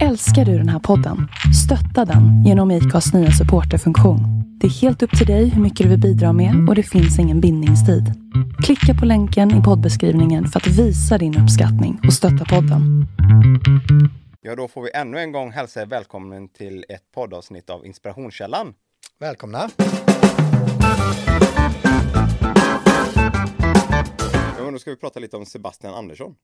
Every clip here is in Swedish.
Älskar du den här podden? Stötta den genom IKAs nya supporterfunktion. Det är helt upp till dig hur mycket du vill bidra med och det finns ingen bindningstid. Klicka på länken i poddbeskrivningen för att visa din uppskattning och stötta podden. Ja, då får vi ännu en gång hälsa er välkommen till ett poddavsnitt av Inspirationskällan. Välkomna! Ja, och nu ska vi prata lite om Sebastian Andersson,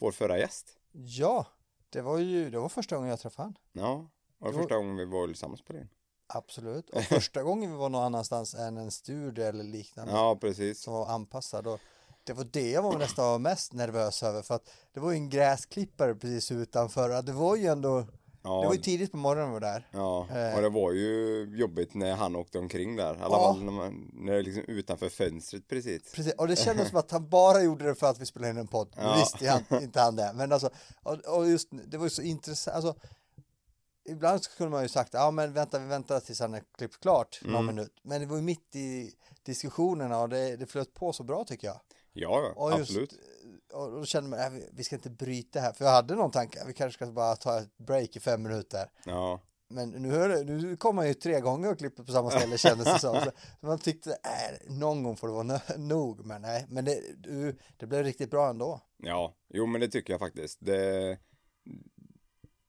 vår förra gäst. Ja, det var ju det var första gången jag träffade han. Ja, var det Jo. första gången vi var tillsammans på det? Absolut. Och första gången vi var någon annanstans än en studio eller liknande Ja, precis. som var anpassad. Och det var det jag var nästan mest nervös över för att det var ju en gräsklippare precis utanför. Ja, Det var ju ändå, det var Ja, ju tidigt på morgonen vi var där. ja, Eh. och det var ju jobbigt när han åkte omkring där. I alla Ja. fall när, man, när det är liksom utanför fönstret precis. Precis, och det kändes som att han bara gjorde det för att vi spelade in en podd. Nu Ja. visste han, inte han det. Men alltså, och, och just det var ju så intressant. Alltså, ibland så kunde man ju sagt, ja men vänta, vi väntar tills han är klippt klart någon Mm. minut. Men det var ju mitt i diskussionerna och det, det flöt på så bra tycker jag. Ja, Och ja just, absolut. Och då kände man, "Nej, vi- vi ska inte bryta här. För jag hade någon tanke, vi kanske ska bara ta ett break i fem minuter. Ja, Men nu, hör det- nu kom man ju tre gånger och klippte på samma ställe kändes det som. Så man tyckte, äh, någon gång får det vara no- nog. Men nej, men det, du, det blev riktigt bra ändå. ja, jo men det tycker jag faktiskt. Det,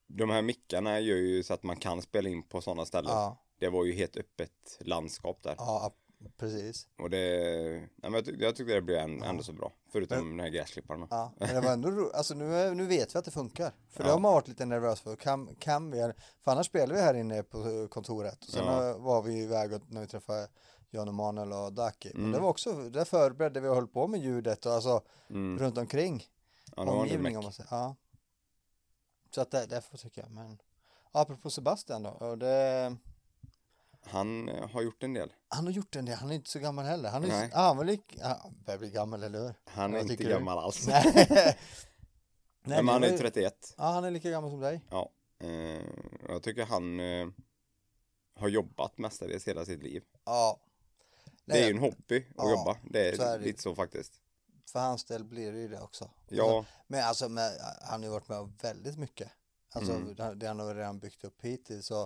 de här mickarna gör ju så att man kan spela in på sådana ställen. Ja, Det var ju helt öppet landskap där. ja precis. Och det, nej, men jag, tyck, jag tyckte det blev en, ändå så bra. Förutom de här gräsklipparna. Ja, men det var ändå ro- alltså nu, är- nu vet vi att det funkar. För det Ja. har man varit lite nervös för. Kan, kan vi, för annars spelade vi här inne på kontoret. Och sen Ja. eh, var vi ju iväg och, när vi träffade Jan Emanuel och Daki. Men det var också, där förberedde vi och höll på med ljudet och alltså Mm. runt omkring. Ja, det var en del omgivning meck. om man säger. Ja. Så att det, därför tycker jag. Men apropå Sebastian då. Och det, Han eh, har gjort en del. han har gjort en del. Han är inte så gammal heller. Han är, Nej. ah, han var lik, ah, han börjar bli gammal eller hur? Han är Vad inte tycker du? gammal alls. Nej, Nej. Nej, men det han var är ju ju- 31. Ja, han är lika gammal som dig. Ja. Eh, jag tycker han eh, har jobbat mestadels hela sitt liv. Ja. Det är Nej, ju en hobby att Ja, jobba. Det är, så är det ju. lite så faktiskt. För hans del blir det ju det också. Alltså, Ja, Men alltså, men, han har ju varit med om väldigt mycket. Alltså, Mm. det han har redan byggt upp hittills. Och,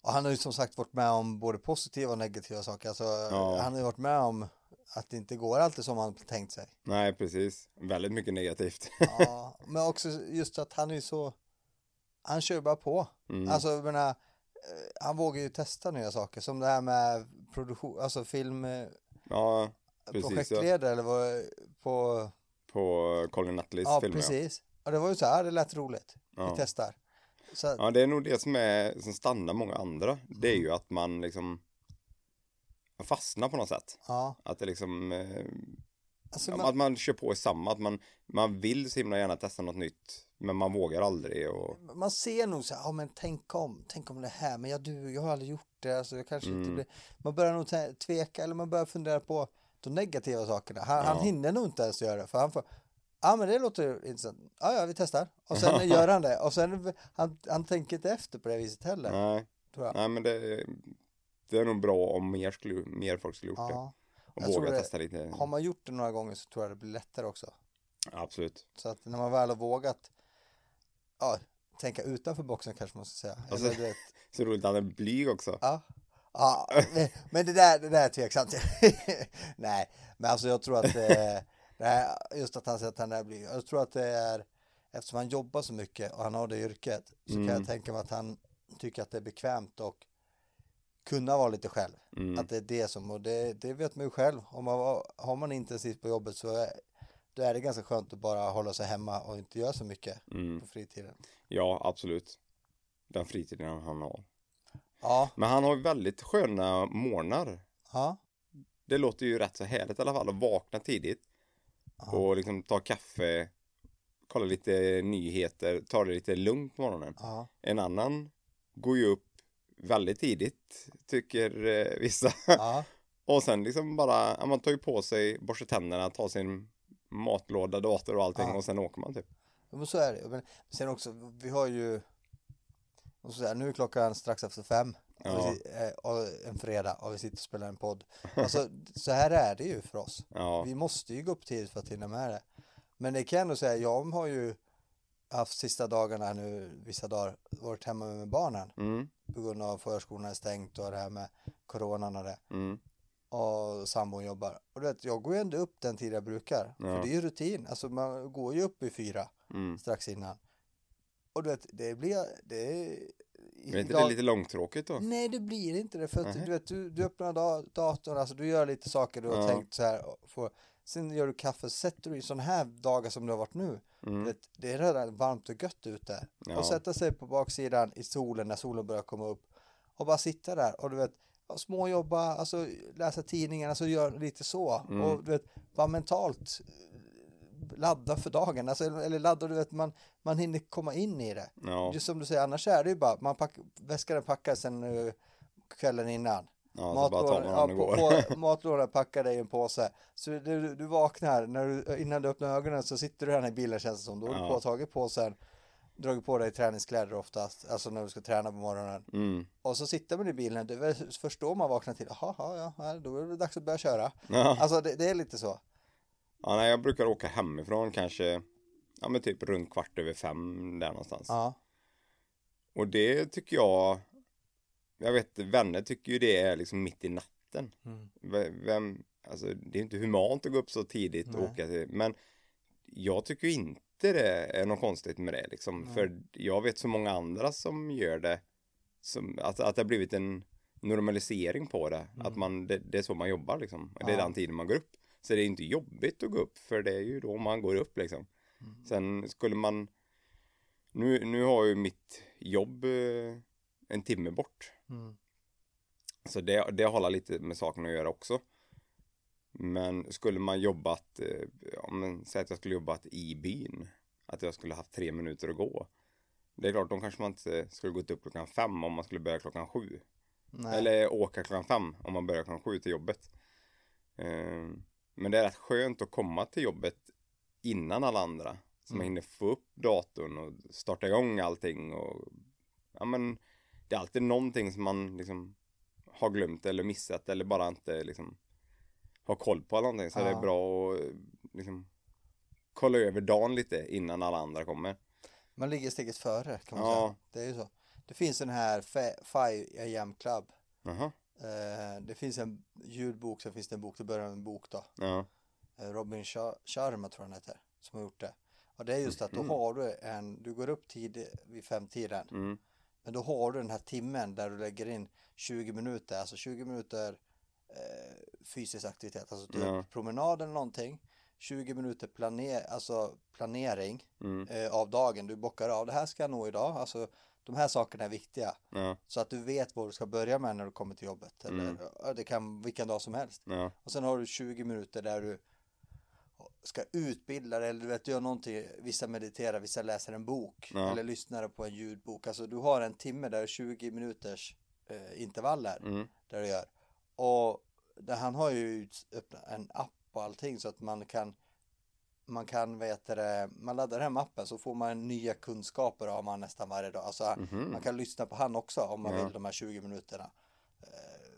och han har ju som sagt varit med om både positiva och negativa saker. Alltså, Han har ju varit med om att det inte går alltid som han tänkt sig. nej precis. Väldigt mycket negativt. Ja, men också just att han är ju så, han kör ju bara på. Mm. Alltså jag menar, eh, han vågar ju testa nya saker som det här med produktion, alltså filmprojektledare ja, precis. Ja. eller vad, på, På Colin Nutleys ja filmer. Ja. precis. Ja det var ju så här, det lät roligt, Ja. vi testar. Så, att- ja, det är nog det som, är, som stannar många andra. Det är ju att man liksom fastnar på något sätt. ja, Att det liksom eh, alltså Ja, man, Att man kör på i samma, att man, man vill så himla gärna testa något nytt men man vågar aldrig och man ser nog så här, ja men tänk om, tänk om det här, men jag, du, jag har aldrig gjort det, alltså jag kanske Mm. inte blir, man börjar nog te- tveka eller man börjar fundera på de negativa sakerna. Han, han Ja. hinner nog inte ens göra det, för han får, ja men det låter intressant, ja ja vi testar, och sen gör han det, och sen, han, han tänker inte efter på det viset heller, nej, tror jag. nej men det, det är nog bra om mer, skulle, mer folk skulle gjort det Ja. och jag tror våga det- testa lite. Har man gjort det några gånger så tror jag det blir lättare också. Absolut. Så att när man väl har vågat ja, tänka utanför boxen kanske man ska säga. Alltså- Eller, du vet, Så roligt, han är blyg också. ja. Ja, men- men det där, det där är tveksamt. Nej, men alltså jag tror att eh, det här, just att han säger att han är blyg. Jag tror att det är eftersom han jobbar så mycket och han har det yrket så kan jag tänka mig att han tycker att det är bekvämt och kunna vara lite själv. Mm, Att det är det som, och det, det vet man ju själv. Om man var, har man intensivt på jobbet så är, då är det ganska skönt att bara hålla sig hemma och inte göra så mycket Mm. på fritiden. Ja, absolut. Den fritiden han har. Ja, Men han har ju väldigt sköna morgnar. ja, Det låter ju rätt så härligt i alla fall att vakna tidigt och liksom ta kaffe, kolla lite nyheter, ta det lite lugnt på morgonen. ja. En annan går ju upp väldigt tidigt, tycker eh, vissa. ja. Och sen liksom bara, ja, man tar ju på sig, borstar tänderna, tar sin matlåda, dator och allting Ja. och sen åker man typ. Ja, men så är det. Men sen också, vi har ju... Och så här, nu är klockan strax efter fem. Ja. Och vi, eh, och en fredag och vi sitter och spelar en podd. Alltså, så här är det ju för oss. Ja, Vi måste ju gå upp tidigt för att hinna med det. Men det kan jag ändå säga, jag har ju... haft sista dagarna här nu, vissa dagar, varit hemma med barnen Mm, på grund av förskolan är stängt och det här med coronan och det. mm, Och sambon jobbar. Och du vet, jag går ju ändå upp den tid jag brukar. Ja. För det är ju rutin. Alltså man går ju upp i fyra mm. strax innan. Och du vet, det blir... Det är... Men är inte det idag- Mm. lite långtråkigt då? Nej, det blir inte det. För att Nej. du, vet, du, du öppnar da- datorn, alltså du gör lite saker du har Ja. tänkt så här. och Får, sen gör du kaffe, sätter du i sådana här dagar som det har varit nu. Du Mm. Vet, det är redan varmt och gött ute. Ja. Och sätta sig på baksidan i solen när solen börjar komma upp. Och bara sitta där och du vet, ja, småjobba, alltså läsa tidningarna, alltså gör lite så. Mm. Och du vet, bara mentalt eh, ladda för dagen. Alltså, eller ladda, du vet, man, man hinner komma in i det. Ja, Just som du säger, annars är det ju bara, man pack, väskan är packad sen eh, kvällen innan. ja så bara tar man ja, den och på, går. på, matlådan packade i en påse. Så du, du vaknar, när du, innan du öppnar ögonen så sitter du här i bilen känns det som. Då har Ja. du påtagit påsen, dragit på dig träningskläder oftast, alltså när du ska träna på morgonen. Mm. Och så sitter man i bilen, det är väl först då man vaknar till, jaha, ja, ja, då är det dags att börja köra. Ja. Alltså det, det är lite så. Ja, nej, jag brukar åka hemifrån kanske, ja men typ runt kvart över fem där någonstans. Ja, Och det tycker jag, jag vet vänner tycker ju det är liksom mitt i natten. Mm. V- Vem, alltså det är inte humant att gå upp så tidigt och Nej. åka till, men jag tycker ju inte det är något konstigt med det liksom. Nej. För jag vet så många andra som gör det, som, att, att det har blivit en normalisering på det. Att man, det, det är så man jobbar liksom. Det är Mm. Ja. den tiden man går upp. Så det är inte jobbigt att gå upp, för det är ju då man går upp liksom. mm, Sen skulle man nu, nu har ju mitt jobb eh, en timme bort. Mm. Så det, det har lite med saken att göra också. Men skulle man jobbat, eh, ja, men, säg att jag skulle jobbat i byn, att jag skulle haft tre minuter att gå. Det är klart, då kanske man inte skulle gått upp klockan fem om man skulle börja klockan sju. nej. Eller åka klockan fem om man börjar klockan sju till jobbet. Eh, Men det är rätt skönt att komma till jobbet innan alla andra. Så man Mm. hinner få upp datorn och starta igång allting och ja men det är alltid någonting som man liksom har glömt eller missat eller bara inte liksom har koll på eller någonting. Så det Ja. är bra att eh, liksom kolla över dagen lite innan alla andra kommer. Man ligger steget före kan man Ja. säga. Det är ju så. Det finns den här Fe- 5 AM Club. Jaha, Eh, det finns en ljudbok, sen finns det en bok, det börjar med en bok då. ja, Eh, Robin Sha- Sharma tror jag han heter, som har gjort det. Och det är just att då har du en, du går upp tid vid femtiden, mm, men då har du den här timmen där du lägger in 20 minuter, alltså 20 minuter eh, fysisk aktivitet, alltså typ Ja. promenad eller någonting, 20 minuter planer, alltså planering mm, eh, av dagen, du bockar av, det här ska jag nå idag, alltså de här sakerna är viktiga. ja, Så att du vet vad du ska börja med när du kommer till jobbet. Eller, Mm. ja, Det kan vilken dag som helst. ja, Och sen har du 20 minuter där du ska utbilda dig eller du vet, du gör någonting. Vissa mediterar, vissa läser en bok Ja. eller lyssnar på en ljudbok. Alltså du har en timme där 20 minuters eh, intervaller mm, där du gör. Och där han har ju ut- öppnat en app och allting så att man kan man kan, vad heter det, man laddar hem appen så får man nya kunskaper av man nästan varje dag. Alltså mhm, man kan lyssna på han också om man Ja. vill de här 20 minuterna. Eh,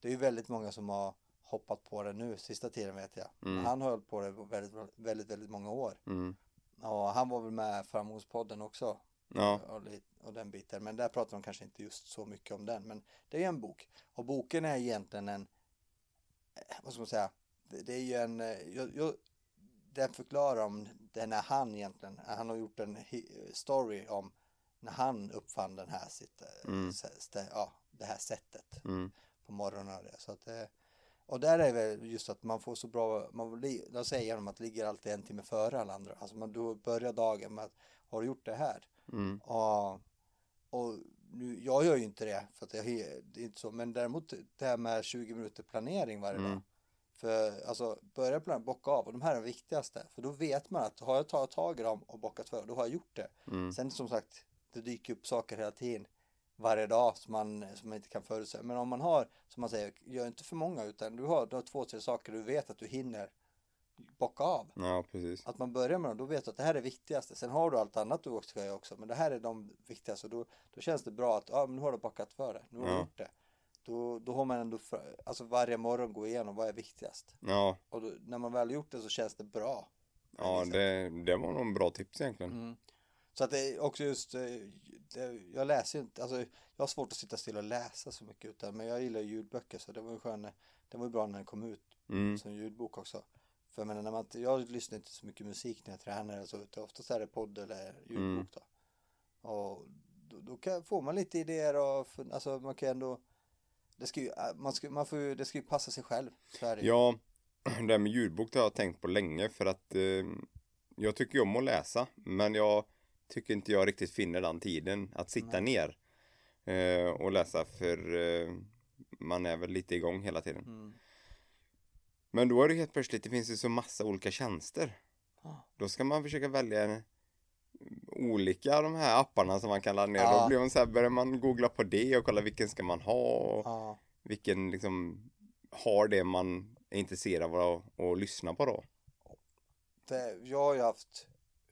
Det är ju väldigt många som har hoppat på det nu sista tiden vet jag. Men Mm. Han har hållit på det väldigt, väldigt, väldigt många år. mm, Och han var väl med i Framgångspodden också. ja, Och, lite- och den biten. Men där pratar de kanske inte just så mycket om den. Men det är ju en bok. Och boken är egentligen en, eh, vad ska man säga, det, det är ju en, eh, jag, jag, den förklarar om den är han egentligen. Han har gjort en hi- story om när han uppfann den här sitt, eh, Mm. sä- stä- ja, det här sättet mm, på morgonen och det. Så att, eh, och där är väl just att man får så bra, man, li- de säger de att ligger alltid en timme före alla andra. Alltså man, då börjar dagen med att har du gjort det här? mm, Ja, och nu, jag gör ju inte det för att jag he- det är inte så, men däremot det här med 20 minuter planering varje Mm. dag. För alltså börja planera, bocka av och de här är de viktigaste, för då vet man att har jag tagit tag i dem och bockat för, då har jag gjort det. mm. Sen som sagt, det dyker upp saker hela tiden varje dag som man, som man inte kan förutse. Men om man har, som man säger, gör inte för många utan du har, du har två, tre saker du vet att du hinner bocka av. Ja, precis. Att man börjar med dem, då vet du att det här är det viktigaste. Sen har du allt annat du också ska göra också, men det här är de viktigaste. Och Då, då känns det bra att ja, men nu har du bockat för det, nu har Ja. du gjort det. Då, då har man ändå, för, alltså varje morgon gå igenom vad är viktigast. Ja, Och då, när man väl har gjort det så känns det bra. ja Liksom. det, det var nog en bra tips egentligen. Mm. Så att det är också just, eh, det, jag läser ju inte, alltså jag har svårt att sitta still och läsa så mycket utan, men jag gillar ju ljudböcker så det var ju skön, det var ju bra när den kom ut Mm. som ljudbok också. För jag menar, när man, inte- jag lyssnar inte så mycket musik när jag tränar eller så, utan oftast är det podd eller ljudbok Mm. då. Och då, då kan, får man lite idéer och, fun- alltså man kan ändå, det ska ju, äh, man ska, man får ju, det ska ju passa sig själv. Så är det ju. Ja, det här med ljudbok det har jag tänkt på länge för att eh, jag tycker ju om att läsa men jag tycker inte jag riktigt finner den tiden att sitta ner eh, och läsa för eh, man är väl lite igång hela tiden. Mm. Men då är det helt plötsligt, det finns ju så massa olika tjänster. Ja. Då ska man försöka välja en- mm, olika de här apparna som man kan ladda ner. Ja. Då blir man så här, börjar man googla på det och kolla vilken ska man ha och Ja, vilken liksom har det man är intresserad av att lyssna på då. det, jag har ju haft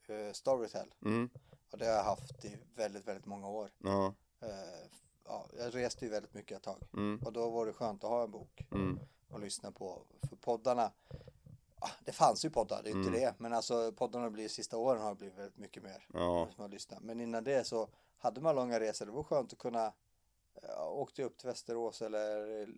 eh, Storytel Mm, och det har jag haft i väldigt, väldigt många år. ja, Eh, ja, jag reste ju väldigt mycket ett tag mm, och då var det skönt att ha en bok. mm, och lyssna på. För poddarna, ah, det fanns ju poddar, det är inte Mm. det. Men alltså poddarna blir, sista åren har det blivit väldigt mycket mer. ja, Som jag lyssnar. Men innan det så hade man långa resor, det var skönt att kunna ja, åkte jag upp till Västerås eller eh,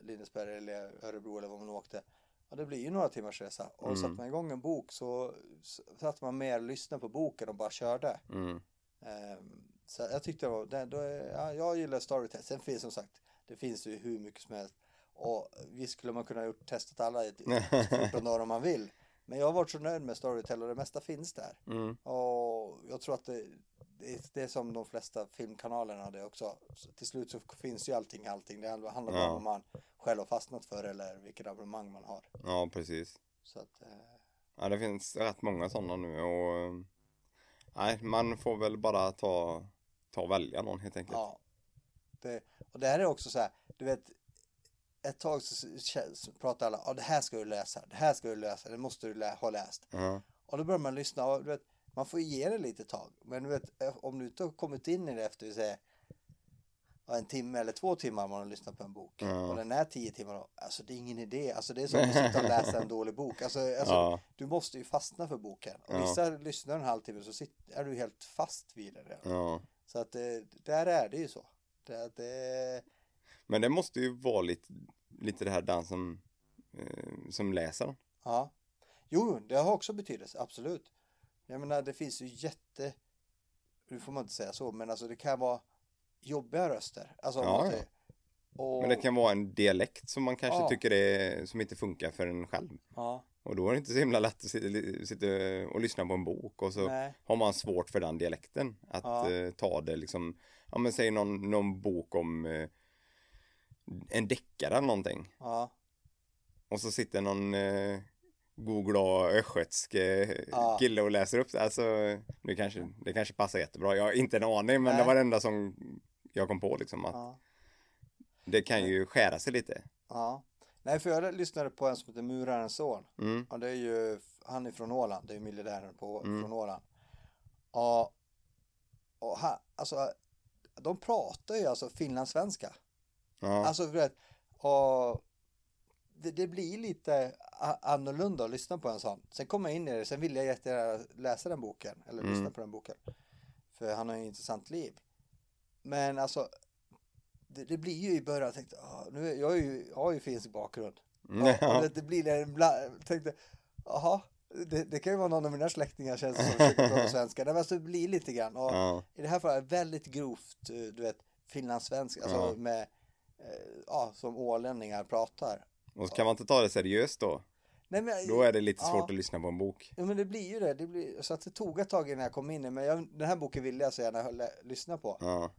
Lindesberg eller Örebro eller vad man nu åkte. Ja, det blir ju några timmars resa. Och Mm. satte man igång en bok så s- satt man mer och lyssnade på boken och bara körde. mm, Ehm, Så jag tyckte det var, det, då, är- ja, jag gillar Storytel. Sen finns som sagt, det finns ju hur mycket som helst. Och visst skulle man kunna ha gjort testat alla i 14 dagar om man vill. Men jag har varit så nöjd med Storytel och det mesta finns där. mm, Och jag tror att det, det, är- det är som de flesta filmkanalerna har det också. Så till slut så finns ju allting, allting. Det handlar handlar bara Ja. om vad man själv har fastnat för eller vilket abonnemang man har. ja, precis. Så att, eh, Ja, det finns rätt många sådana nu och eh, nej, man får väl bara ta, ta och välja någon helt enkelt. Ja. Det, och det här är också så här, du vet, ett tag så, så, så pratar alla, ja det här ska du läsa, det här ska du läsa, det måste du lä- ha läst. Ja, Och då börjar man lyssna och du vet, man får ju ge det lite tag. Men du vet, eh, om du inte har kommit in i det efter, vi säger, ja, en timme eller två timmar man har lyssnat på en bok. Ja. Och den är tio timmar, då, alltså det är ingen idé. Alltså det är som att sitta och läsa en dålig bok. Alltså, alltså ja, du måste ju fastna för boken. Och Ja. vissa lyssnar en halvtimme så sitter, är du helt fast vid det. redan. ja. Så att eh, där är det ju så. Det, att eh, det, Men det måste ju vara lite, lite det här den som, eh, som läser den. ja. Jo, det har också betydelse, absolut. Jag menar, det finns ju jätte... Nu får man inte säga så, men alltså det kan vara jobbiga röster. Alltså, om Ja, man ja. säger- Och, Men det kan vara en dialekt som man kanske Ja. tycker är, som inte funkar för en själv. Ja, Och då är det inte så himla lätt att sitta, sitta och lyssna på en bok och så nej. har man svårt för den dialekten. Att Ja. eh, ta det liksom, ja men säg någon, någon bok om eh, en deckare eller någonting. Ja, Och så sitter någon eh, googla östgötsk eh, Ja. kille och läser upp det. Alltså, nu kanske, det kanske passar jättebra. Jag har inte en aning men Nej. det var det enda som jag kom på liksom att ja, det kan ju skära sig lite. ja. Nej, för jag lyssnade på en som heter Murarens son. Mm, Ja, det är ju, han är från Åland, det är ju miljardären på, Mm. från Åland. Ja, och han, alltså, de pratar ju alltså finlandssvenska. ja, Alltså, du vet, och det, det blir lite a- annorlunda att lyssna på en sån. Sen kommer jag in i det, sen vill jag jättegärna läsa den boken, eller Mm. lyssna på den boken. För han har ju ett intressant liv. Men alltså, det, det blir ju i början, jag tänkte, "Ah, nu, är- jag, är ju, jag har ju finsk bakgrund. Ja, och Mm, ja, det, det blir det ibland, tänkte, jaha, det, det kan ju vara någon av mina släktingar känns det som, försöker prata svenska. Nej, men alltså, det blir lite grann. Och, ja, i det här fallet väldigt grovt, eh, du vet, finlandssvensk, alltså Ja. med, eh, ja, som ålänningar pratar. och så kan man inte ta det seriöst då. Nej, men, Då är det lite Ja. svårt att lyssna på en bok. Ja, men det blir ju det, det blir, så att det tog ett tag innan jag kom in i, men jag, den här boken ville jag så gärna höll, lyssna på. Ja,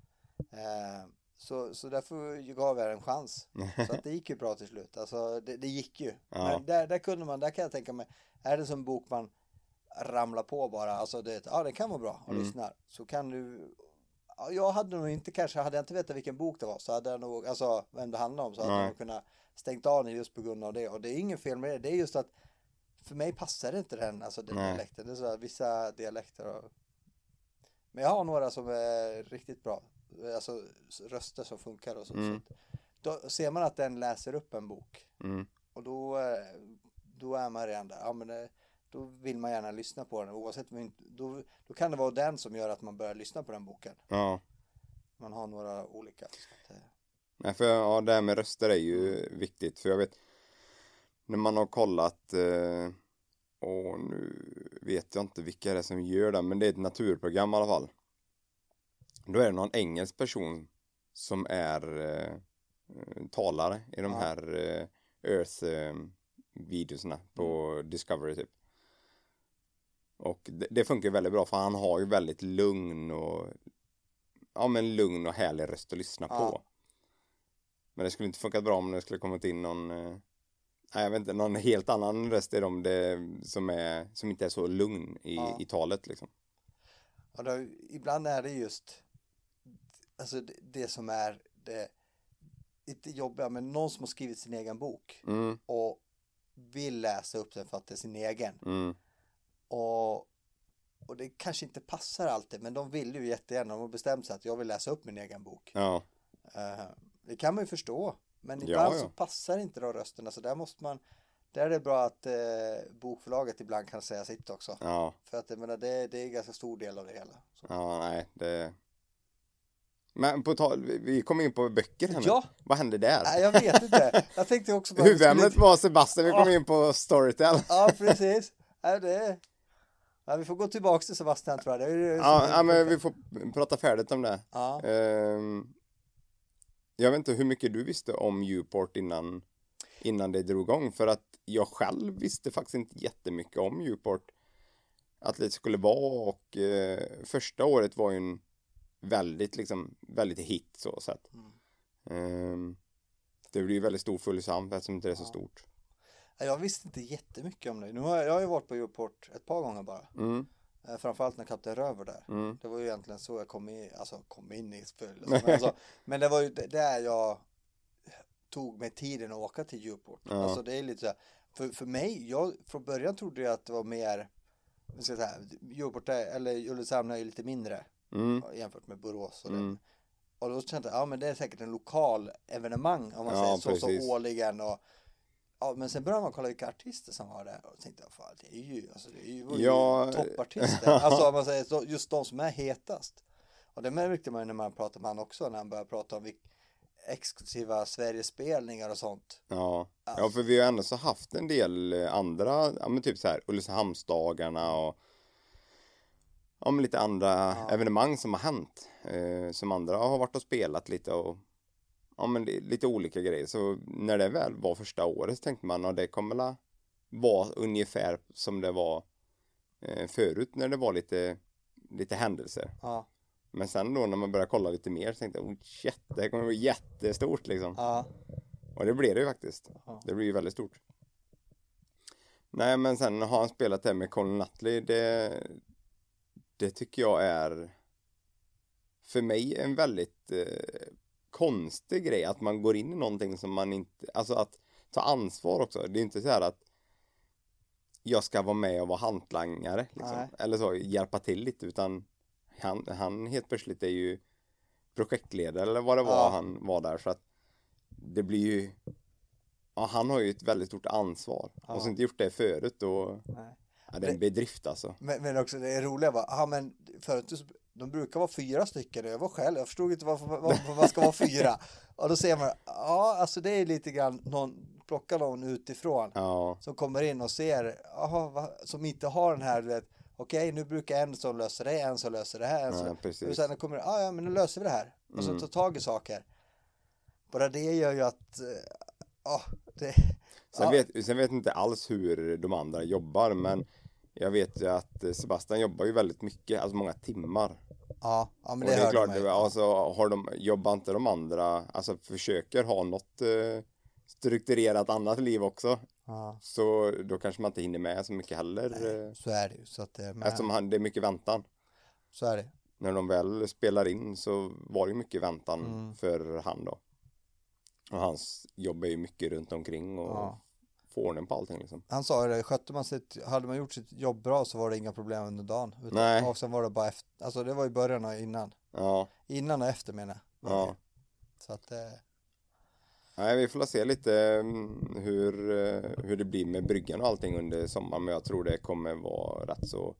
Eh, så, så därför gav jag den en chans. Så att det gick ju bra till slut, alltså det, det gick ju. Ja. Men där, där kunde man, där kan jag tänka mig, är det som en bok man ramlar på bara, alltså det, ja det kan vara bra att Mm. lyssna, så kan du Ja, jag hade nog inte kanske, hade jag inte vetat vilken bok det var så hade jag nog, alltså vem det handlar om så hade Nej. jag nog kunnat stängt av den just på grund av det och det är ingen fel med det, det är just att för mig passar det inte den, alltså den Nej. dialekten, det är så här, vissa dialekter och... Men jag har några som är riktigt bra, alltså s- röster som funkar och så, Mm. så att, då ser man att den läser upp en bok mm, och då, eh, då är man redan där, ja men eh, då då vill man gärna lyssna på den. Oavsett, om inte- då, då kan det vara den som gör att man börjar lyssna på den boken. Ja. Man har några olika. Så att, eh, Nej, för ja, det här med röster är ju viktigt. För jag vet, när man har kollat, eh, och nu vet jag inte vilka det är som gör det, men det är ett naturprogram i alla fall. Då är det någon engelsk person som är eh, eh, talare i de Ja. här eh, Earth-videorna på Discovery typ. Och det, det funkar ju väldigt bra för han har ju väldigt lugn och ja men lugn och härlig röst att lyssna Ja. på. Men det skulle inte funkat bra om det skulle kommit in någon eh, nej jag vet inte, någon helt annan röst i dem det, som, är, som inte är så lugn i, Ja. i talet liksom. ja, då, ibland är det just alltså, det, det som är det inte jobbiga, men någon som har skrivit sin egen bok Mm, och vill läsa upp den för att det är sin egen. mm, Och, och det kanske inte passar alltid, men de vill ju jättegärna, de har bestämt sig att jag vill läsa upp min egen bok. ja, Eh, det kan man ju förstå, men Ja, ibland ja. så passar inte de rösterna, så där måste man, där är det bra att eh, bokförlaget ibland kan säga sitt också. ja. För att jag menar, det, det är en ganska stor del av det hela. Så. Ja, nej, det... Men på tal, vi- vi kom in på böcker här nu. Ja. Vad hände där? Nej, jag vet inte. Jag tänkte också bara... Huvudämnet skulle- var Sebastian, vi kom Ja. in på Storytel. Ja, precis. Nej, det... ja, vi får gå tillbaka till Sebastian tror jag. Det är ju- Ja, ja, men vi får prata färdigt om det. Ja. Ehm, jag vet inte hur mycket du visste om Uport innan, innan det drog igång, för att jag själv visste faktiskt inte jättemycket om Uport. Att det skulle vara och eh, första året var ju en väldigt, liksom, väldigt hit så sett. Mm. Ehm, det blir ju väldigt stor Fullsam eftersom inte det är så Ja. stort. Ja, Jag visste inte jättemycket om det. Nu har jag, jag har ju varit på Europort ett par gånger bara. Mm, Eh, Framförallt när Kapten Röver där. mm, Det var ju egentligen så jag kom in, alltså kom in i full. Men, alltså, men det var ju d- där jag tog mig tiden att åka till Djurport. Ja. Alltså det är lite så här, för, för mig, jag från början trodde jag att det var mer, vad ska jag säga, Djurport är, eller Ulricehamn är ju lite mindre mm, jämfört med Borås. Och, Mm. det. och då kände jag, ja men det är säkert en lokal evenemang om man Ja, säger så, precis. så årligen. Och, Ja, men sen började man kolla vilka artister som var där och tänkte, fan, det är ju, alltså, det är ju, var ju Ja. toppartister. Alltså om man säger så, just de som är hetast. Och det märkte man ju när man pratade med han också, när han började prata om vilk- exklusiva Sverigespelningar och sånt. ja. ja, för vi har ändå så haft en del eh, andra, ja men typ så här Ulricehamnsdagarna och ja, men lite andra evenemang som har hänt. Eh, som andra har varit och spelat lite och ja, men li- lite olika grejer. Så när det väl var första året så tänkte man att det kommer la vara ungefär som det var eh, förut när det var lite, lite händelser. Ja, Men sen då när man började kolla lite mer så tänkte jag, oh shit, det här kommer bli jättestort liksom. ja, Och det blev det ju faktiskt. Ja. Det blir ju väldigt stort. Nej, men sen har han spelat det med Colin Nutley. Det, det tycker jag är för mig en väldigt eh, konstig grej att man går in i någonting som man inte, alltså att ta ansvar också. Det är inte så här att jag ska vara med och vara hantlangare liksom. Nej. eller så hjälpa till lite utan han, han helt plötsligt är ju projektledare eller vad det var Ja. han var där så att det blir ju ja, han har ju ett väldigt stort ansvar Ja. och så inte gjort det förut då nej. ja, det är en bedrift alltså Men, men också det roliga var, ja men förut så- de brukar vara fyra stycken och jag var själv, jag förstod inte varför, varför man ska vara fyra. Och då säger man, ja alltså det är lite grann någon, plocka någon utifrån ja som kommer in och ser, jaha, va, som inte har den här, du vet, okej nu brukar en som löser det, en som löser det här, en som Ja, precis. Mm. och sen kommer det, ja ja men nu löser vi det här. Och så tar tag i saker. Bara det gör ju att, eh, ja, det, sen, ja, Mm. vet, sen vet jag inte alls hur de andra jobbar men jag vet ju att eh, Sebastian jobbar ju väldigt mycket, alltså många timmar ja, ja men och det, det är hörde klart, man det, ju. var- alltså, har de, jobbar inte de andra, alltså försöker ha något eh, strukturerat annat liv också Ja, så då kanske man inte hinner med så mycket heller eh, så är det ju, så att, eh, men, eftersom han, det är mycket väntan så är det. när de väl spelar in så var det ju mycket väntan Mm. för han då. Och hans jobb är ju mycket runt omkring och Ja. få ordning på allting liksom. Han sa ju det, skötte man sitt, hade man gjort sitt jobb bra så var det inga problem under dagen. Utan, Nej. Och sen var det bara efter, alltså det var i början och innan. Ja, Innan och efter menar jag. ja. Så att, eh, Nej, vi får se lite mm, hur, eh, hur det blir med bryggan och allting under sommaren. Men jag tror det kommer vara rätt så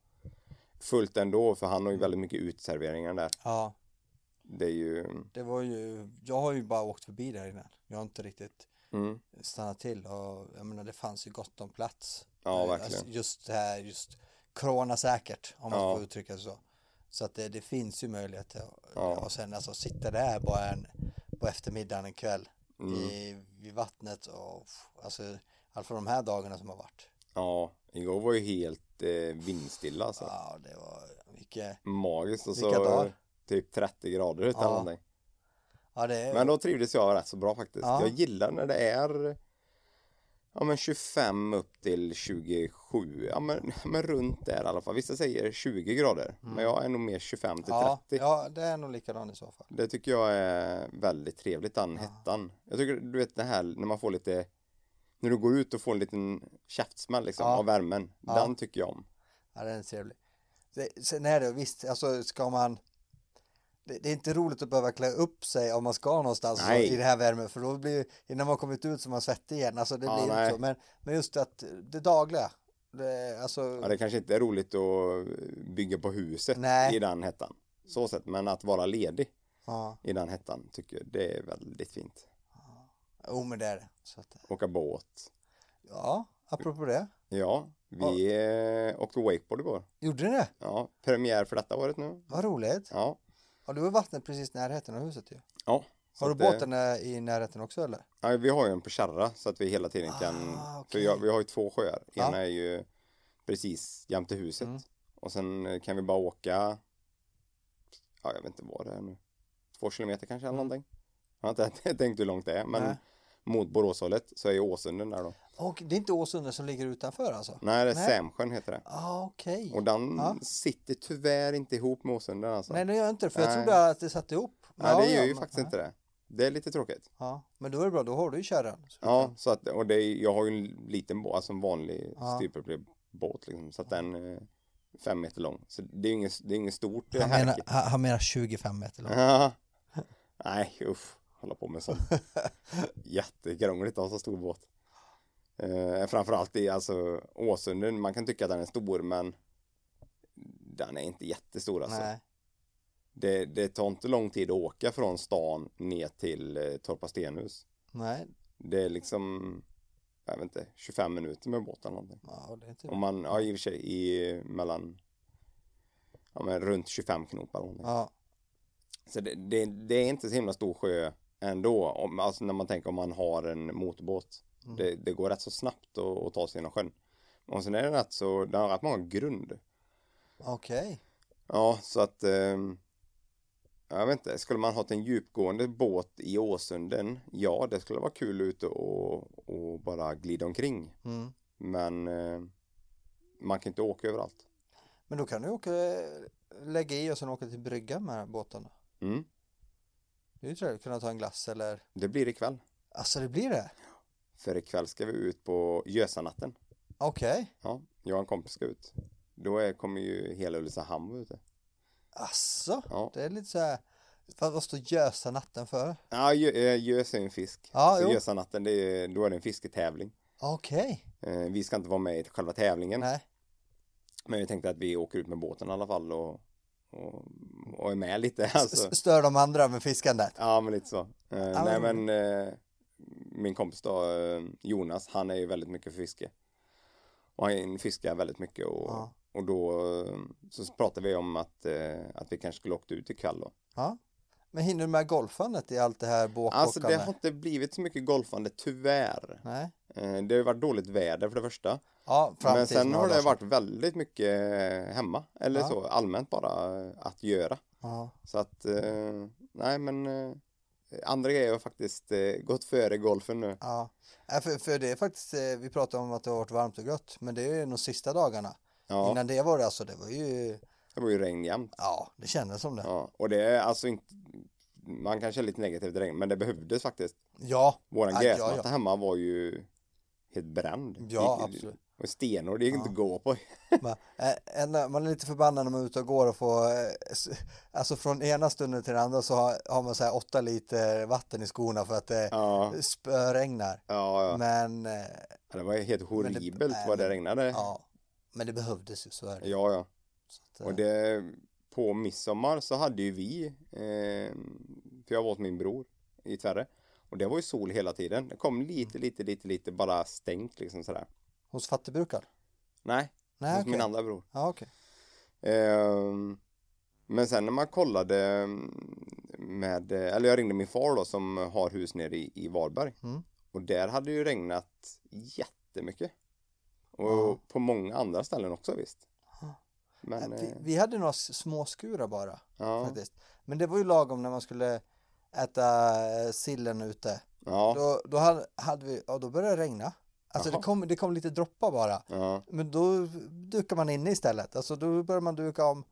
fullt ändå. För han har ju väldigt mycket utserveringar där. Ja, Det är ju... mm, det var ju, jag har ju bara åkt förbi där innan. Jag har inte riktigt Mm, stannat till och jag menar det fanns ju gott om plats. ja, Eh, verkligen. Alltså just det här, just coronasäkert om man Ja. får uttrycka det så. Så att det, det finns ju möjligheter. Ja. Och sen alltså sitta där bara en, på eftermiddagen en kväll Mm, i, vid vattnet och pff, alltså i alla fall de här dagarna som har varit. ja, igår var ju helt eh, vindstilla alltså. Ja, det var mycket. Magiskt. Och så Vilka dagar? eh, typ 30 grader utan Ja. någonting. Ja, det, Men då trivdes jag rätt så bra faktiskt. Ja. Jag gillar när det är ja, men 25 upp till 27, ja men, men runt där i alla fall. Vissa säger 20 grader, men jag är nog mer 25 till Mm. ja, 30. ja, det är nog likadant i så fall. Det tycker jag är väldigt trevligt, den hettan. Jag tycker, du vet det här när man får lite, när du går ut och får en liten käftsmäll liksom, Ja. av värmen. Ja. Den tycker jag om. Ja, den är trevlig. Det- Sen är det visst, alltså ska man det, det är inte roligt att behöva klä upp sig om man ska någonstans så, Nej. i det här värmen för då blir innan man kommit ut så är man svettig igen. Alltså det Ja, blir inte nej. så. Men, men just att det dagliga. Det, alltså, Ja, det kanske inte är roligt att eh, bygga på huset Nej. i den hettan. Så sett, men att vara ledig ja. i den hettan tycker jag det är väldigt fint. Jo men det är det. Så att, åka båt. ja, apropå det. Ja, vi eh, åkte wakeboard igår. Gjorde ni det? Ja, premiär för detta året nu. Vad roligt. Ja. Har du vattnet precis i närheten av huset ju? ja så Har du att, eh, båten eh, i närheten också eller? Ja, vi har ju en på kärra så att vi hela tiden kan. Ah, För okej. jag, vi har ju två sjöar. Ja. Ena är ju precis jämte huset. Mm. Och sen eh, kan vi bara åka. Ja, jag vet inte vad det är nu. Två kilometer kanske eller Mm. någonting. Jag har inte tänkt hur långt det är, men Nej. mot Boråshållet så är ju Åsunden där då. Och det är inte Åsunda som ligger utanför alltså? Nej, det är Nej. Sämsjön heter det. Ah, okej. Och den Ja. sitter tyvärr inte ihop med Åsunden alltså. Nej, det gör jag inte för jag Nej. trodde att det satt ihop. Nej, Ja, det gör ja, ju men- faktiskt ja. inte det. Det är lite tråkigt. Ja, men då är det bra, då har du ju kärran. Så du Ja, kan- så att, och det är, jag har ju en liten båt, alltså en vanlig liksom. Ja. styrpublik båt liksom, så att den är fem meter lång. Så det är ju inget, det är inget stort eh, Han härke. menar, han han menar 25 meter lång. Ja. Nej, uff, hålla på med sånt. Jättekrångligt att ha så stor båt. Eh, framförallt i alltså Åsunden, man kan tycka att den är stor, men den är inte jättestor alltså. Nej. Det, det tar inte lång tid att åka från stan ner till eh, Torpa Stenhus. Nej, Det är liksom, jag vet inte, 25 minuter med båt eller någonting. ja, det är inte Om det. man, ja i och för sig, i mellan, ja men runt 25 knop eller någonting. Ja, Så det, det, det är inte så himla stor sjö ändå, om, alltså när man tänker om man har en motorbåt. Mm. Det, det går rätt så snabbt att, att ta sig genom sjön. Och sen är den rätt så, den har rätt många grund. okej. Ja, så att, ehm, jag vet inte, skulle man ha en djupgående båt i Åsunden, ja det skulle vara kul ute och, och bara glida omkring. Mm. Men eh, man kan inte åka överallt. Men då kan du åka, lägga i och sen åka till bryggan med båtarna. Mm. Det är ju trevligt, kunna ta en glass eller, Det blir ikväll. alltså det blir det? För ikväll ska vi ut på Gösanatten. Okej, Ja, jag och en kompis ska ut. Då är, kommer ju hela Ulricehamn vara ute. alltså Ja, det är lite så här, vad vad står Gösa natten för? ja gö, eh, gös är ju en fisk. Ja, så jo. Gösanatten, det är, då är det en fisketävling. Okej, Eh, vi ska inte vara med i själva tävlingen. nej, Men vi tänkte att vi åker ut med båten i alla fall och, och, och är med lite. Alltså. S- stör de andra med fiskandet? Ja, men lite så. Eh, nej, men- men eh, min kompis då, eh, Jonas, han är ju väldigt mycket för fiske. Och han fiskar väldigt mycket och, Ja. och då eh, så pratade vi om att, eh, att vi kanske skulle åkt ut ikväll då. Ja, men hinner du med golfandet i allt det här båk Alltså det åkandet? har inte blivit så mycket golfande, tyvärr. Nej. Eh, det har ju varit dåligt väder för det första. Ja, fram men tills sen några har det dagar varit väldigt mycket eh, hemma, eller Ja. så allmänt bara eh, att göra. sedan. Ja. Så att, eh, nej men eh, andra grejer har faktiskt eh, gått före golfen nu. Ja, Nej, för, för det är faktiskt, eh, vi pratade om att det har varit varmt och gött, men det är ju de sista dagarna. Ja. Innan det var det alltså, det var ju, Det var ju regn jämt. ja, det kändes som det. Ja, Ja, och det är alltså inte, man kanske är lite negativ till regn, men det behövdes faktiskt. Våran Ah, Ja, gräsmatta ja, ja. hemma var ju helt bränd. Ja, Gick- absolut. Och stenor, det gick inte att gå på. Man, eh, en- man är lite förbannad när man är ute och går och får, eh, s- alltså från ena stunden till den andra så har, har man så här åtta liter vatten i skorna för att det Ja, spöregnar. ja, ja. Men, eh, Det var ju helt horribelt nej, vad det men- regnade. ja, men det behövdes ju, så är det. Eh. Ja, ja. Så att, eh, Och det, på midsommar så hade ju vi, eh, för jag var åt min bror i Tvärre. Och det var ju sol hela tiden. Det kom lite, lite, lite, lite bara stängt liksom sådär. Hos fattigbrukar? Nej, Nej, hos Ah, okej. min andra bror. Ja, okej. Ehm, men sen när man kollade mm, med, eller jag ringde min far då som har hus nere i, i Varberg. Mm. Och där hade det ju regnat jättemycket. Och Ja. på många andra ställen också visst. Ja. Men, vi, eh, vi hade några s- småskurar bara, ja, faktiskt. Men det var ju lagom när man skulle äta eh, sillen ute. ja, Då, då hade, hade vi, ja då började det regna. Alltså det Jaha. kom, det kom lite droppar bara. ja, Men då dukar man inne istället. Alltså då börjar man duka om.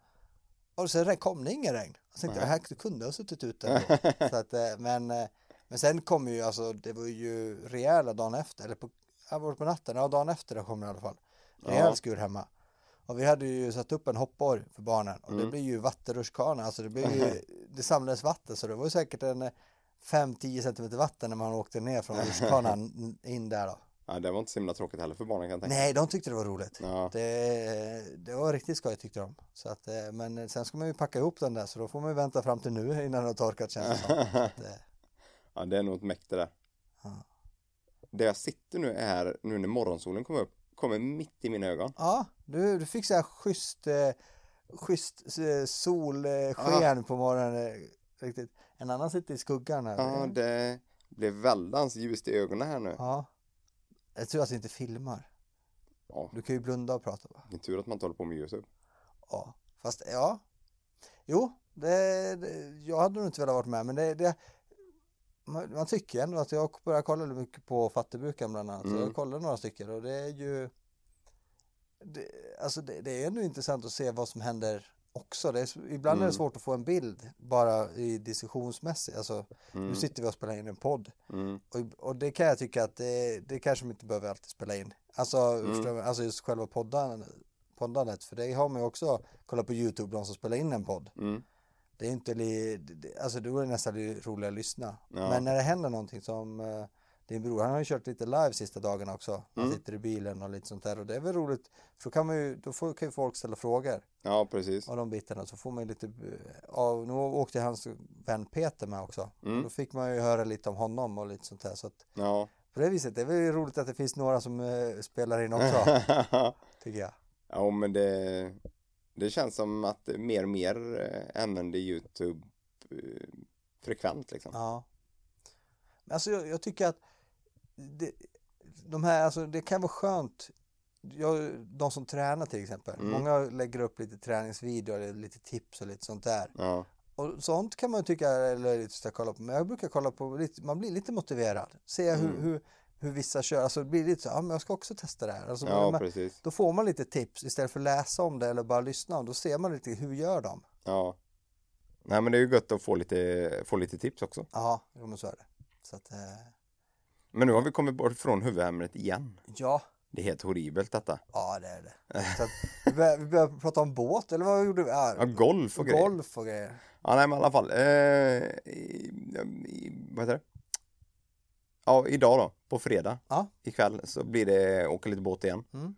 Och sen reg- kom det ingen regn. Jag tänkte, Nej. här kunde ha suttit ute. ändå. så att, eh, men, eh, men sen kom ju, alltså det var ju rejäla dagen efter. Eller på, ja, var det på natten? Ja, dagen efter det kom det i alla fall. Rejäl Ja. skur hemma. Och vi hade ju satt upp en hoppborg för barnen. Och det Mm. blev ju vattenrutschkana. Alltså det blev ju, det samlades vatten. Så det var ju säkert en eh, 5-10 centimeter vatten när man åkte ner från rutschkanan in där då. ja, det var inte så himla tråkigt heller för barnen kan jag tänka. Nej, de tyckte det var roligt. Ja, Det, eh, det var riktigt skoj tyckte de. Så att, eh, men sen ska man ju packa ihop den där så då får man ju vänta fram till nu innan den har torkat känns det som. Så att, eh, ja, det är nog ett mäkt det där. Ja. Där jag sitter nu är, nu när morgonsolen kommer upp, kommer mitt i mina ögon. Ja, du, du fick så här schysst, eh, schysst eh, solsken på morgonen. eh, Riktigt. En annan sitter i skuggan här. Ja, det blev väldans ljust i ögonen här nu. ja. Jag tror att vi inte filmar. Ja, Du kan ju blunda och prata va? det är tur att man inte håller på med Youtube. Ja, fast ja. Jo, det, det, jag hade nog inte velat varit med, men det, det man, man tycker ändå att jag börjar kolla lite mycket på fattigbrukaren bland annat. Så Mm. jag kollar några stycken och det är ju det, alltså det, det är ändå intressant att se vad som händer också. Det är, s- ibland är Mm. det svårt att få en bild bara i diskussionsmässigt. Alltså, Mm. Nu sitter vi och spelar in en podd Mm. och, och det kan jag tycka att det, det kanske man inte behöver alltid spela in. Alltså, Mm. förstår du? alltså just själva poddan, poddandet, för det har man ju också kollat på YouTube, de som spelar in en podd. Mm. Det är inte, li, det- det- alltså då är det nästan li- roligare att lyssna. Ja. Men när det händer någonting som eh, din bror, han har ju kört lite live sista dagarna också. Han Mm. sitter i bilen och lite sånt där och det är väl roligt, för då kan, man ju, då får, kan ju folk ställa frågor Ja, precis. och de bitarna så får man ju lite eh, av, nu åkte hans vän Peter med också. Mm. Då fick man ju höra lite om honom och lite sånt där så att Ja. på det viset, det är väl roligt att det finns några som eh, spelar in också, tycker jag. ja, men det, det känns som att mer och mer eh, använder Youtube eh, frekvent liksom. Ja. Men alltså jag, jag tycker att det, de här, alltså det kan vara skönt, jag, de som tränar till exempel, Mm. många lägger upp lite träningsvideor, eller lite tips och lite sånt där. Ja, Och sånt kan man tycka är löjligt att kolla på, men jag brukar kolla på, lite, man blir lite motiverad, se hur, Mm. hur, hur vissa kör, alltså det blir lite så, ja men jag ska också testa det här. Alltså, ja man, precis. då får man lite tips istället för att läsa om det eller bara lyssna, och då ser man lite hur gör de? Ja. Nej, men det är ju gött att få lite, få lite tips också. Ja, jo men så är det. Så att, eh, Men nu har vi kommit bort från huvudämnet igen. ja, Det är helt horribelt detta. ja det är det. Så att, vi började, vi började prata om båt, eller vad gjorde vi? Ja, Ja, golf och grejer. golf och grejer. Ja, nej, men i alla fall. Eh, i, i, vad heter det? Ja, idag då, på fredag Ja. ikväll så blir det åka lite båt igen. Mm.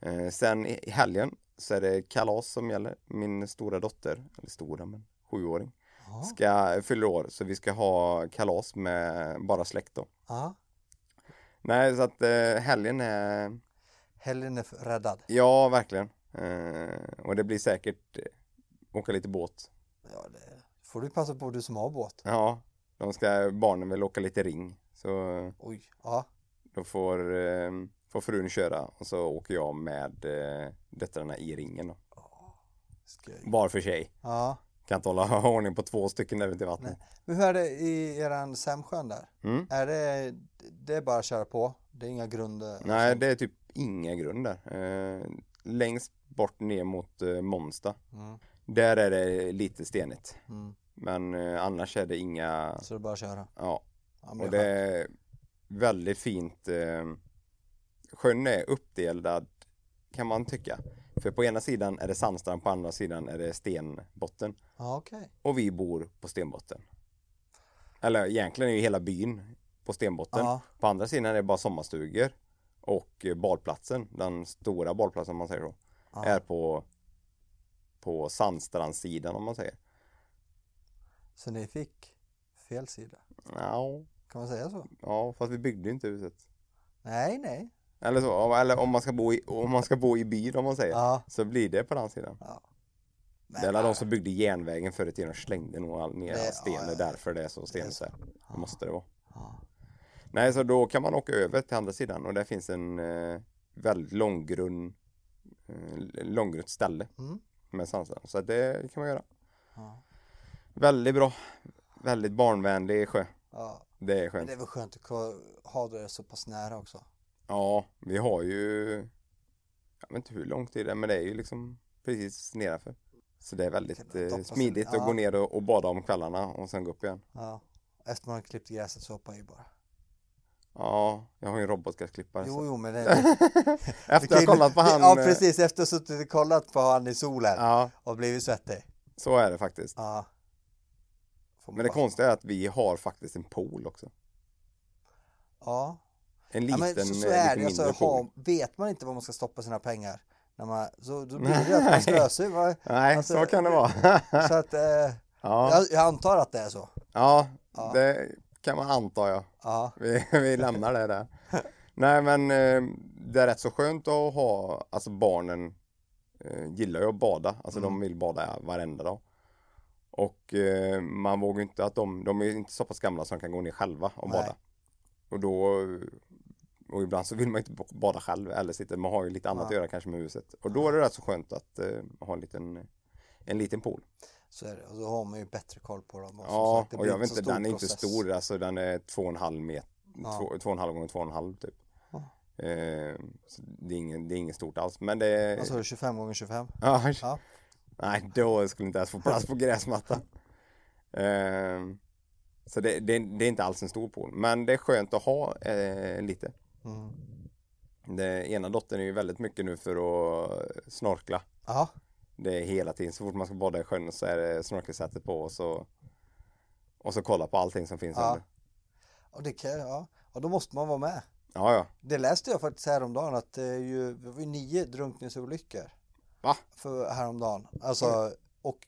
Eh, sen i i helgen så är det kalas som gäller. Min stora dotter, eller stora men sjuåring, Ja, ska fyller år så vi ska ha kalas med bara släkt då. ja. Nej, så att eh, helgen är, Helgen är räddad. ja verkligen. Eh, och det blir säkert eh, åka lite båt. Ja, det får du passa på du som har båt. Ja, de ska, barnen vill åka lite ring. Så Oj, ja. Då får, eh, får frun köra och så åker jag med eh, döttrarna i ringen då. Skoj. Var för sig. Ja. Kan inte hålla ordning på två stycken där ute i vattnet. Men hur är det i eran Sämsjön där? Mm. Är det, det är bara att köra på? Det är inga eh, grunder? Nej, det är typ inga grund där. Eh, längst bort ner mot eh, Månsta. Mm, Där är det lite stenigt. mm. Men eh, annars är det inga, Så det är bara att köra? ja. Ja, men Och det det är skönt. är väldigt fint eh, sjön är uppdelad kan man tycka. För på ena sidan är det sandstrand, på andra sidan är det stenbotten. Ja, okej. Och vi bor på stenbotten. Eller egentligen är ju hela byn på stenbotten. Ja. På andra sidan är det bara sommarstugor och eh, badplatsen, den stora badplatsen om man säger så, Ja. är på, på sandstrandssidan om man säger. Så ni fick fel sida. Ja, Kan man säga så? ja fast vi byggde ju inte huset. Nej, nej. Eller så, om- eller om man ska bo i, om man ska bo i byn om man säger. Ja. Så blir det på den sidan. ja. Det är alla de som byggde järnvägen förr i tiden och slängde nog all, ner Det- all sten. ja, Det är ja. därför det är så stenigt där. Det måste det vara. Ja. Nej, så då kan man åka över till andra sidan och där finns en eh, väldigt långgrund eh, långgrunt ställe Mm. med sandstrand. Så att det kan man göra. Ja. Väldigt bra. Väldigt barnvänlig sjö. ja. Det är Men skönt. det är väl skönt att ko- ha det så pass nära också. Ja, vi har ju jag vet inte hur långt det är, men det är ju liksom precis nedanför. Så det är Kan väldigt man eh, doppa sig- smidigt att ja. gå ner och, och bada om kvällarna och sen gå upp igen. Ja. Efter man har klippt gräset så hoppar man ju bara. Ja, jag har ju en robotgräsklippare. så- Jo, jo, men det... Efter att ha kollat på han. Ja, eh, precis. Efter att ha suttit och kollat på han i solen Ja, och blivit svettig. så är det faktiskt. Ja. Får man Men det bara- konstiga är att vi har faktiskt en pool också. Ja. En ja liten, men så, så eh, är lite det. Alltså, mindre pool. ha, vet man inte var man ska stoppa sina pengar, när man, så, då blir det ju att man slösar. ju, va? Nej, alltså, så kan det vara. Så att, eh, ja, jag, jag antar att det är så. ja, Ja. det kan man anta ja. Ja. Vi, vi lämnar det där. Nej men eh, det är rätt så skönt att ha, alltså barnen eh, gillar ju att bada, alltså Mm. de vill bada varenda dag. Och eh, man vågar ju inte att de, de är ju inte så pass gamla som kan gå ner själva och Nej. bada. Och då, och ibland så vill man ju inte bada själv eller sitta, man har ju lite annat Ja. att göra kanske med huset. Och då är det rätt så skönt att eh, ha en liten, en liten pool. Så är det. Och då har man ju bättre koll på dem. Och som Ja, sagt, det och blir jag vet så inte, stor den är inte process. stor, alltså den är två och en halv meter, Ja. två, två och en halv gånger två och en halv typ. Ja. Eh, så det, är ingen, det är inget stort alls, men det är... Vad sa du, 25 gånger 25? ja, Ja. Nej, då skulle inte ens få plats på gräsmattan. eh, så det, det, det är inte alls en stor pool, men det är skönt att ha eh, lite. Mm. Det, ena dottern är ju väldigt mycket nu för att snorkla. Ja, Det är hela tiden, så fort man ska bada i sjön så är det snorkelsäte på och så, och så kolla på allting som finns Ja. under. och det kan ja. Och då måste man vara med. Ja, ja. Det läste jag faktiskt häromdagen att det är ju, det var ju nio drunkningsolyckor. Va? Mm. För häromdagen. Alltså, och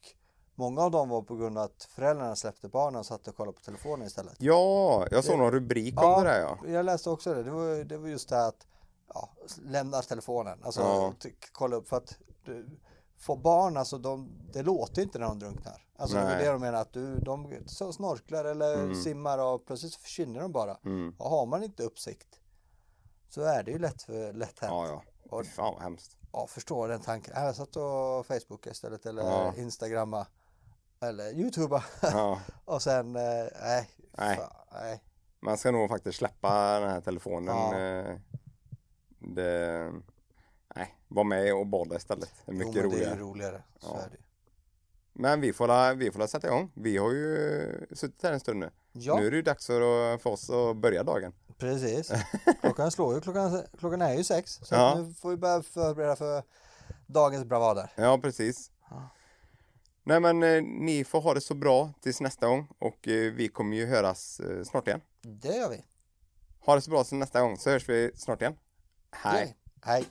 många av dem var på grund av att föräldrarna släppte barnen och satt och kollade på telefonen istället. Ja, jag såg någon rubrik om det där ja. Jag läste också det. Det var, det var just det här att ja, lämna telefonen. Alltså Ja. t- kolla upp för att du, för barn, alltså de, det låter inte när de drunknar. Alltså det var Nej. det de menar att du, de så snorklar eller simmar och plötsligt försvinner de bara. Mm. Och har man inte uppsikt så är det ju lätt, för, lätt hänt. Ja, ja. Och- Fy Fan vad hemskt. Ja, förstår den tanken. Äh, Jag satt och Facebooka istället eller Ja. Instagramma eller Youtuba Ja. och sen, eh, nej, Nej. fan, nej. Man ska nog faktiskt släppa den här telefonen. Ja. eh, Det... Nej, var med och bada istället. Det är mycket jo, men det är roligare. ju roligare. Så Ja. är det. ju. Men vi får, la, vi får la sätta igång. Vi har ju suttit här en stund nu. Ja, Nu är det ju dags för, för oss att börja dagen. precis. Klockan slår ju, klockan, klockan är ju sex. Så Ja. att nu får vi börja förbereda för dagens bravader. Ja, precis. Ja. Nej men eh, ni får ha det så bra tills nästa gång och eh, vi kommer ju höras eh, snart igen. Det gör vi. Ha det så bra tills nästa gång så hörs vi snart igen. Hej! Hej.